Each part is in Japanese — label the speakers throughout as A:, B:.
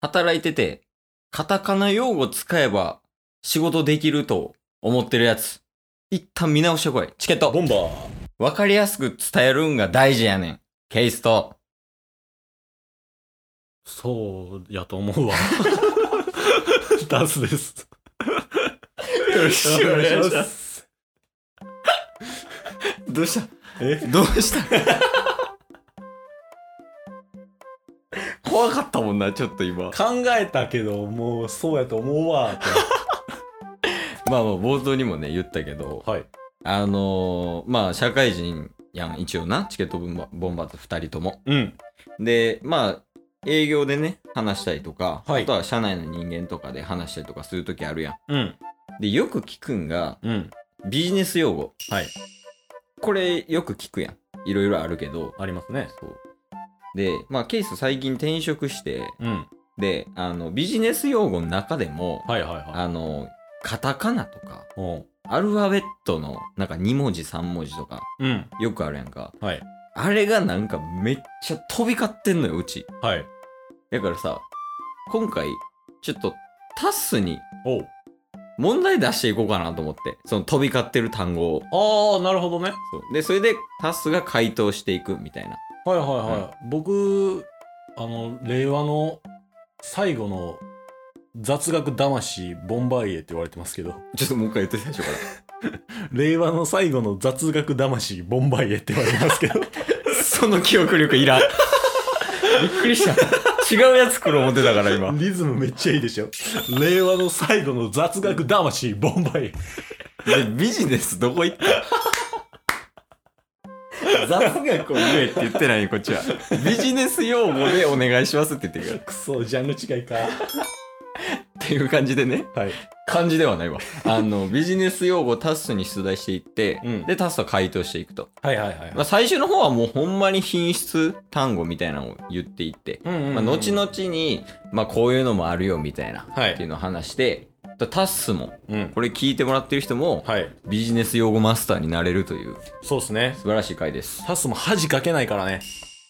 A: 働いてて、カタカナ用語使えば仕事できると思ってるやつ、一旦見直してこい。チケット
B: ボンバー。
A: わかりやすく伝えるんが大事やねん。ケイスト。
B: そうやと思 うわ。ダンスです。
A: よろしくお願いします。
B: す。
A: どうした
B: え
A: どうした怖かったもんな、ちょっと今。
B: 考えたけど、もうそうやと思うわ。
A: まあまあ、冒頭にもね、言ったけど、
B: はい。
A: あのーまあ、社会人やん、一応な、チケットボンバボンバーズ2人とも。
B: うん。
A: で、まあ、営業でね、話したりとか、
B: はい
A: あとは社内の人間とかで話したりとかするときあるやん。
B: うん。
A: で、よく聞くんが、
B: うん。
A: ビジネス用語。
B: はい。
A: これ、よく聞くやん。いろいろあるけど。
B: ありますね。
A: そう。で、まあ、ケース最近転職して、
B: うん。
A: で、あの、ビジネス用語の中でも、
B: はいはいはい。
A: あの、カタカナとか、
B: うん。
A: アルファベットの、なんか2文字、3文字とか、
B: うん。
A: よくあるやんか。
B: はい。
A: あれがなんかめっちゃ飛び交ってんのよ、うち。
B: はい。
A: だからさ、今回、ちょっとタスに
B: お
A: 問題出していこうかなと思って、その飛び交ってる単語を。
B: お。ああ、なるほどね。
A: そうで、それでタスが回答していくみたいな。
B: はいはいはい。僕、あの、令和の最後の雑学魂ボンバイエって言われてますけど、
A: ちょっともう一回言って最初から。
B: 令和の最後の雑学魂ボンバイエって言われてますけど、
A: その記憶力いらん。びっくりした。違うやつ来る思ってたから今。
B: リズムめっちゃいいでしょ。令和の最後の雑学魂ボンバイエ。
A: でビジネスどこ行った雑学を言えって言ってないよこっちはビジネス用語でお願いしますって言ってるか
B: くそ、ジャンル違いか。
A: らっていう感じでね
B: はい。
A: 感じではないわあのビジネス用語をタスに出題していって、
B: うん
A: でタスは回答していくと、
B: はいはいはい
A: まあ、最初の方はもうほんまに品質単語みたいなのを言っていって、
B: うんうんうん
A: まあ、後々に、まあ、こういうのもあるよみたいな、
B: はい
A: っていうのを話してタスも
B: うん。
A: これ聞いてもらってる人も、
B: はい。
A: ビジネス用語マスターになれるという
B: そうですね。
A: 素晴らしい回です
B: タスも恥かけないからね。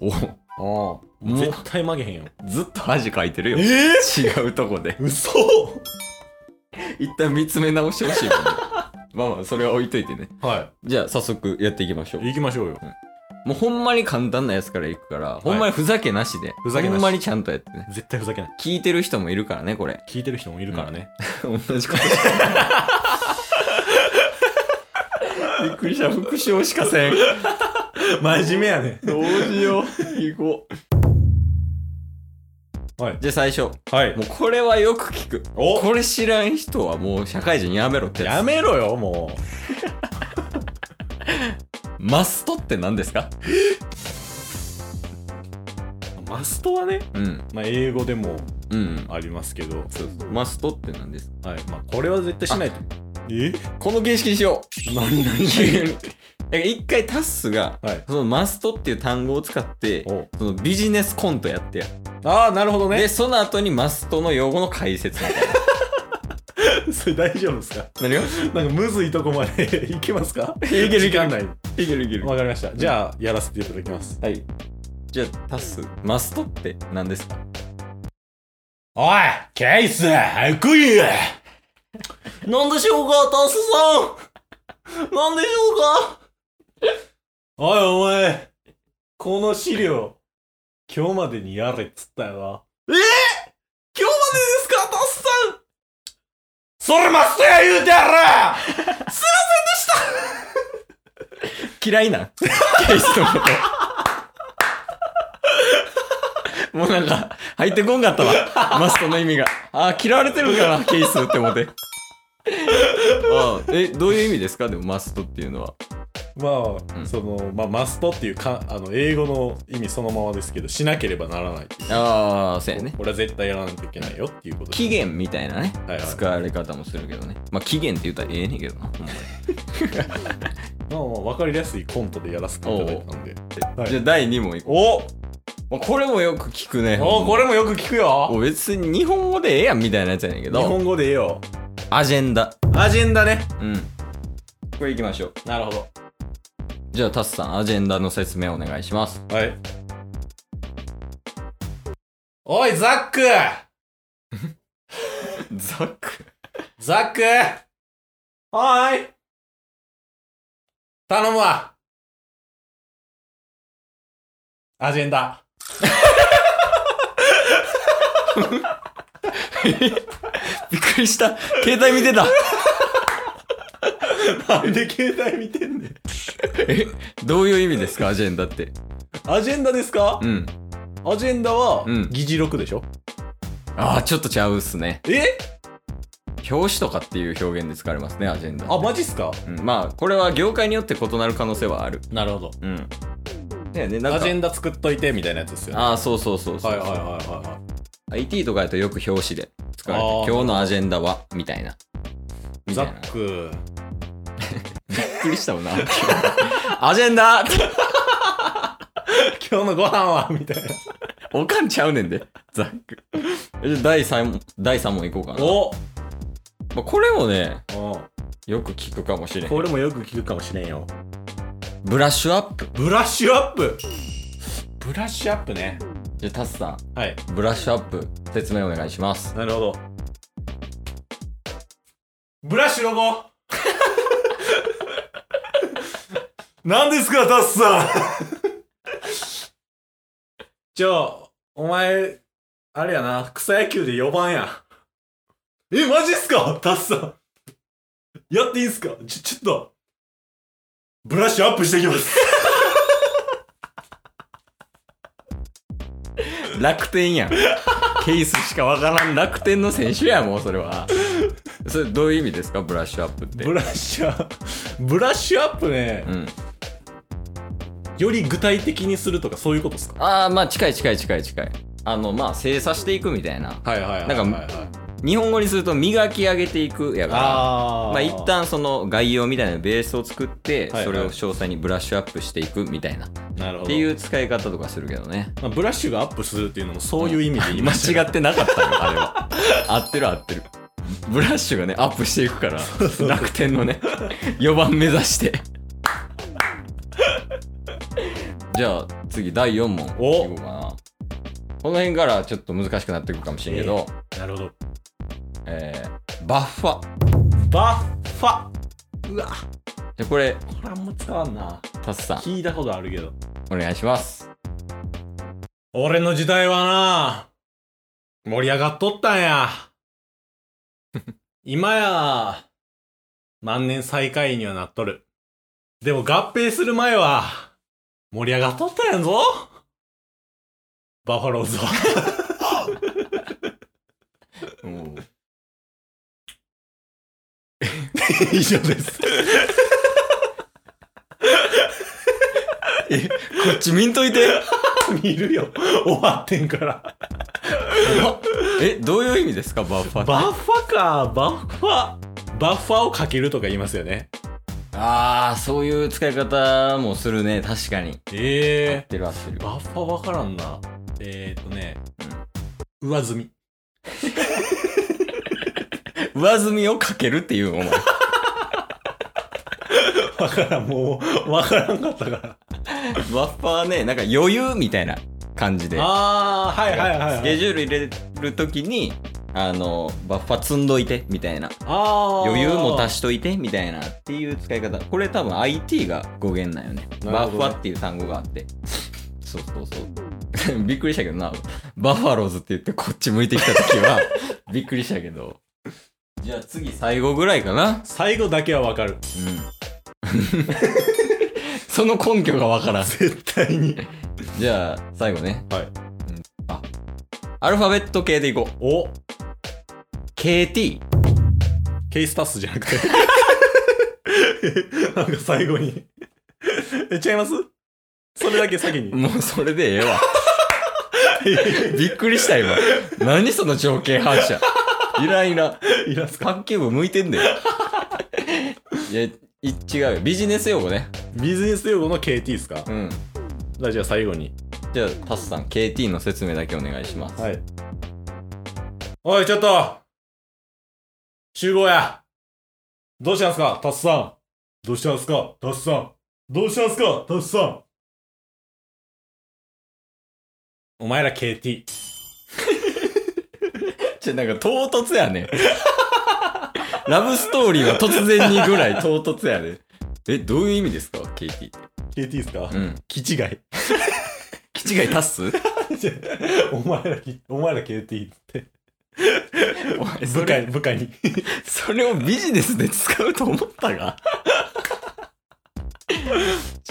A: お
B: ああ。
A: もう
B: 絶対負けへんよ。
A: ずっと恥かいてるよ。
B: え
A: 違うとこで。
B: 嘘
A: 一旦見つめ直してほしいもんね まあまあ、それは置いといてね。
B: は
A: じゃあ、早速やっていきましょう
B: い。。行きましょうよ。
A: もうほんまに簡単なやつからいくから、ほんまにふざけなしで。
B: ふざけなし
A: ほんまにちゃんとやってね。
B: 絶対ふざけない。
A: 聞いてる人もいるからね、これ。
B: 聞いてる人もいるからね。
A: 同じことしてるびっくりした。復唱しかせん。
B: 真面目やね
A: どうしよう。行こう。
B: はい。
A: じゃあ最初。
B: はい
A: も。うこれはよく聞く。
B: お
A: これ知らん人はもう社会人やめろってや
B: や
A: つ。
B: めろよ、も
A: マストって何ですか
B: う。マストはね、
A: うん。
B: まあ、英語でも
A: うんうん。
B: ありますけど、はい。
A: そうそうマストって何ですか
B: まあ、これは絶対しないと。え
A: この形式にしよ
B: 何
A: う
B: 何
A: だから一回タッスが
B: はい。
A: そのマストっていう単語を使って
B: お
A: そのビジネスコントやってや、
B: ああ、なるほど
A: で
B: ね。
A: その後にマストの用語の解説みたいな
B: それ大丈夫ですか
A: 何よ
B: なんかむずいとこまで いけますか
A: け
B: い
A: るいける
B: 時間ない。
A: いけるいけ
B: わかりました。じゃあ、やらせていただきます。
A: はいじゃあタッスマストって何ですか
B: おいケイス早く言え
A: 何でしょうかタッスさ ん何でしょうか
B: おいお前この資料、今日までにやれっつったよな。
A: ええ今日までですかタッスさん
B: それマストや言うてやれ
A: 嫌いなんケイスのこと。もうなんか、入ってこんかったわ。マストの意味が。あー、嫌われてるんかな、ケイスって思って。あーえ、どういう意味ですかでもマストっていうのは。
B: まあ、
A: うん
B: その、まあ、マストっていうか、あの、英語の意味そのままですけど、しなければならない。
A: ああ、そうやね。
B: 俺は絶対やらないといけないよっていうこと
A: 期限みたいなね、
B: はいはい
A: 使われ方もするけどね。まあ、期限って言ったらええねんけどな。ほんまに
B: まあまあ、わかりやすいコントでやらせていただいたんで。はい
A: じゃあ、第2問いこ
B: お
A: う。まあこれもよく聞くね。
B: おこれもよく聞くよ
A: もう別に日本語でええやんみたいなやつやねんけ
B: 日
A: ど、
B: 本語で言えよ。
A: アジェンダ。
B: アジェンダね。
A: うん。これいきましょう。
B: なるほ
A: じゃあ、タスさん、アジェンダの説明お 願いします。
B: ど。はい。おい、ザック
A: ザック。
B: ザックはーい頼むわアジェンダ。
A: びっくりした。携帯見てた。
B: なんで携帯見てんねん。
A: え、どういう意味ですかアジェンダって。
B: アジェンダですか
A: うん。
B: アジェンダは
A: うん、
B: 議事録でしょ
A: ああ、ちょっとちゃうっすね。
B: え
A: 表紙とかっていう表現で使われますね、アジェンダって。
B: あ、マジっすか
A: うん、まあ、これは業界によって異なる可能性はある。
B: なるほど。
A: うん。ねね、なん
B: ア
A: か
B: ジ。ェンダ作っといてみたいなやつですよね。
A: ああ、そうそうそうそう。
B: はいはいはいはいはい。
A: IT とかやとよく表紙で使われ
B: あー
A: て、今日のアジェンダは、みたいな。み
B: ザ
A: たいな。
B: ック。
A: びっくりしたもんな。アジェンダ
B: 今日のご飯はみたいな。
A: おかんちゃうねんで、ザック。えじゃあ第3問、第三問いこうかな。
B: お
A: まあこれもね、
B: う
A: よく聞くかもしれ
B: ん
A: ん。
B: これもよく聞くかもしれんよ。
A: ブラッシュアップ。
B: ブラッシュアップブラッシュアップね。
A: じゃあ、タスさん、
B: はい。
A: ブラッシュアップ、説明お願いします。
B: なるほど。ブラッシュロゴ何ですか、タスさんじゃあ、お前、あれやな、草野球で4番や。え、マジっすかタスさん。やっていいんすかちょ、ちょっと、ブラッシュアップしてきます。
A: 楽天やん。ケースしかわからん楽天の選手やもうそれは。それどういう意味ですかブラッシュアップって。
B: ブラッシュアップ、ブラッシュアップね、
A: うん。
B: より具体的にするとかそういうことですか
A: ああ、まあ近い近い近い近い。あの、まあ精査していくみたいな。
B: はいはいはい
A: はいはい日本語にすると磨き上げていくやから。
B: あー
A: まあ一旦その概要みたいなベースを作って
B: はいはい
A: それを詳細にブラッシュアップしていくみたいなっ
B: なるほど
A: ていう使い方とかするけどね
B: まあ、ブラッシュがアップするっていうのもそういう意味で言い
A: 間
B: ました
A: 違ってなかったよあれは合ってる合ってるブラッシュがねアップしていくから
B: そう
A: 楽天のね4番目指 してじゃあ次第4問い
B: お
A: こうかなこの辺からちょっと難しくなってくるかもしれんけど、
B: なるほど
A: えーバッファ
B: バッファう
A: じ
B: わ
A: ゃあこれ
B: これあんま使わんな
A: タスさん
B: 聞いたことあるけど
A: お願いします
B: 俺の時代はな盛り上がっとったん や今や万年最下位にはなっとるでも合併する前は盛り上がっとったんやんぞバファローズは 以上です
A: え、こっち見んといて。
B: 見るよ終わってんから
A: え、どういう意味ですか、バッファって。
B: バッファかバッファバッファをかけるとか言いますよね
A: ああ、そういう使い方もするね、確かに。合っ
B: え
A: てる合ってる
B: え。バッファ分からんなえっ、ー、とね、上積み
A: 上積みをかけるっていう、お 前。
B: 分からんもう分からんかったから
A: バッファはね、なんか余裕みたいな感じで。
B: ああはいはいはい、
A: ス
B: は
A: ケ
B: い、
A: ジュール入れるときに、あの、バッファ積んどいて、みたいな。
B: あ
A: 余裕も足
B: し
A: しといて、みたいなっていう使い方。これ多分 IT が語源なんよね。
B: な
A: バ
B: る
A: ッ
B: ほどね
A: ファっていう単語があって。そうそうそう。 びっくりしたけどな。バファローズって言ってこっち向いてきた時は、 びっくりしたけど。じゃあ次最後ぐらいかな。
B: 最後だけは分か
A: う
B: る
A: ん。 その根拠がわからん。
B: 絶対に
A: じゃあ最後ね。
B: はい
A: うん。あ、アルファベット系でいこう。
B: お
A: KT。
B: ケースタスじゃなく てなんか最後にえ違いますそれだけ先に
A: もうそれでええわ。びっくりした今。何その情景反 射。イライラ。
B: いらんすか
A: 卓球部向いてんだよ。いや、い違うよ。ビジネス用語ね。
B: ビジネス用語の KT ですか
A: うん。
B: じゃあ最後に
A: じゃあ、タスさん、KT の説明だけお願いします。
B: はい。おい、ちょっと集合やどうしたんすかタスさんどうしたんすかタスさんどうしたんすかタスさんお前ら KT。
A: ちょ、なんか唐突やね。ラブストーリーは突然にぐらい唐突やね。え、どういう意味ですか ?KT って。
B: KT ですか
A: うん。
B: 気違い。
A: 気違い足す
B: お前らき、お前ら KT って。
A: お前
B: 部
A: そ
B: 下
A: れ、
B: に、部下に。
A: それをビジネスで使うと思ったが。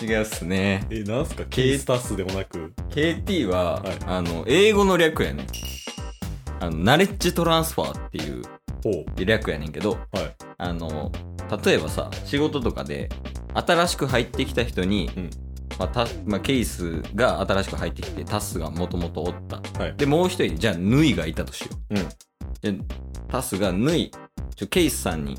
A: 違うっすね。
B: え、なんすか ?K スタッスでもなく。
A: KT は、
B: はい
A: あの、英語の略やね。あの、ナレッジトランスファーっていう
B: ほう。
A: 略やねんけど、
B: はい
A: あの例えばさ仕事とかで新しく入ってきた人に、
B: うん
A: まあたまあケイスが新しく入ってきてタスがもともとおった、
B: はい
A: でもう一人じゃあヌイがいたとしよう、でタスがヌイちょケイスさんに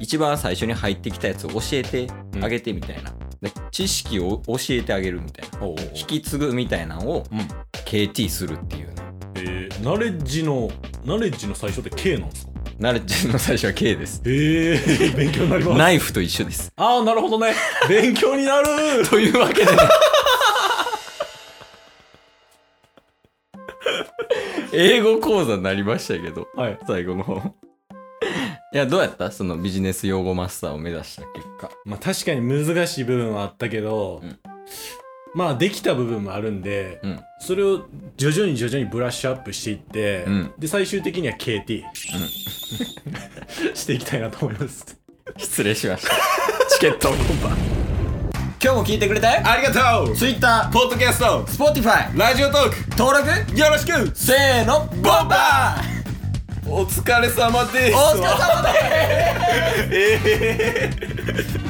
A: 一番最初に入ってきたやつを教えてあげてみたいな、で知識を教えてあげるみたいな
B: ほうほう
A: 引き継ぐみたいなのを
B: うん。
A: KT するっていうね
B: えー、ナレッジの、ナレッジの最初って K なんですか
A: ナレッジの最初は K です
B: ええー、勉強になります。
A: ナイフと一緒です
B: ああ、なるほど ね。勉強になる
A: というわけで、 英語講座になりましたけど
B: はい。
A: 最後の方いやどうやったそのビジネス用語マスターを目指した結果
B: まあ確かに難しい部分はあったけど、
A: うん
B: まあできた部分もあるんで、
A: うん
B: それを徐々に徐々にブラッシュアップしていって、
A: うん
B: で最終的には KT、していき たいなと思います。
A: 失礼しましたチケットをコンパ 今日も聞いてくれてあ
B: ありがとう
A: Twitter
B: ポッドキャスト
A: Spotify
B: ラジオトーク
A: 登録
B: よろしく
A: せーのボンバー
B: お疲れ様です
A: お疲れ様です
B: えー